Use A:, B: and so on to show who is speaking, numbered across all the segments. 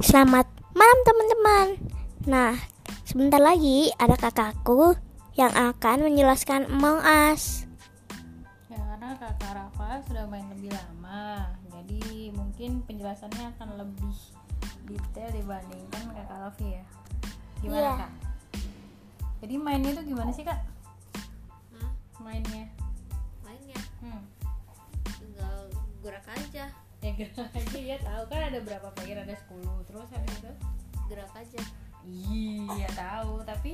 A: Selamat malam teman-teman. Nah, sebentar lagi ada kakakku yang akan menjelaskan Among Us.
B: Ya karena kakak Rafa sudah main lebih lama Jadi mungkin penjelasannya akan lebih detail dibandingkan kakak Raffi ya Gimana
A: Iya.
B: kak? Jadi mainnya tuh gimana sih kak? Mainnya?
C: mainnya
B: Hmm.
C: tinggal gerak aja
B: Ya gerak aja ya tahu kan ada berapa player ada 10 Terus habis itu?
C: gerak aja
B: Iya tahu tapi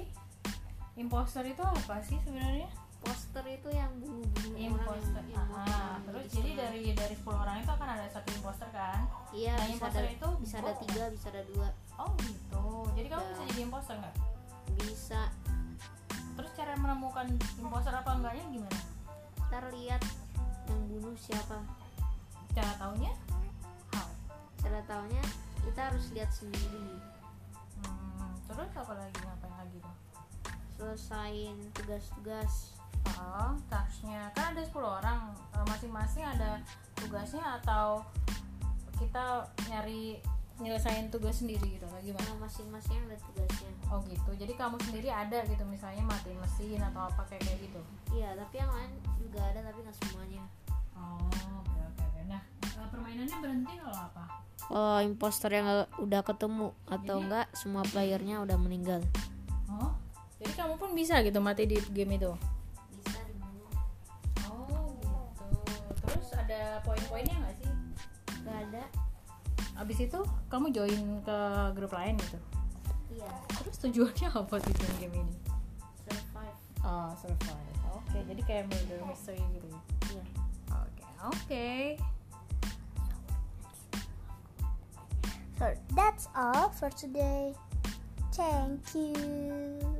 B: imposter itu apa sih sebenarnya?
C: poster itu yang bulu-bulu orang
B: Iya, Imposter.
C: yang- gitu yang
B: Ah,
C: bulu-bulu
B: terus
C: di
B: jadi
C: sana.
B: dari dari 10 orang itu akan ada satu imposter kan?
C: iya
B: nah,
C: bisa
B: imposter
C: ada
B: itu
C: bisa ada
B: bohong.
C: tiga bisa ada dua
B: Oh gitu. Jadi kamu
C: Iya.
B: bisa jadi imposter nggak?
C: bisa
B: Terus cara menemukan imposter apa enggaknya gimana?
C: ntar lihat yang bunuh siapa
B: Cara taunya? How?
C: cara taunya kita harus lihat sendiri
B: Hmm, terus apa lagi ngapain lagi tuh?
C: selesain tugas-tugas
B: Oh, touch-nya kan ada 10 orang. Eh, Masing-masing ada tugasnya atau kita nyari nyelesain tugas sendiri gitu atau gimana?
C: Nah, masing-masing ada tugasnya
B: Oh gitu. Jadi kamu sendiri ada gitu misalnya matiin mesin atau apa kayak kayak gitu.
C: iya tapi yang lain juga ada tapi nggak semuanya
B: Oh, oke oke. oke. Nah, eh, permainannya berhenti kalau apa?
C: kalau imposter Oh, yang udah ketemu
B: atau Jadi-
C: enggak semua playernya udah meninggal
B: Oh. Jadi kamu pun bisa gitu mati di game itu.
C: bisa dibunuh
B: Oh, gitu. Terus ada poin-poinnya nggak sih?
C: nggak ada
B: Abis itu kamu join ke grup lain gitu.
C: iya
B: Terus tujuannya apa sih join game ini?
C: survive
B: Oh, survive. Oke, jadi kayak murder mystery gitu. ya?
C: iya
B: Oke, oke.
A: So that's all for today. Thank you.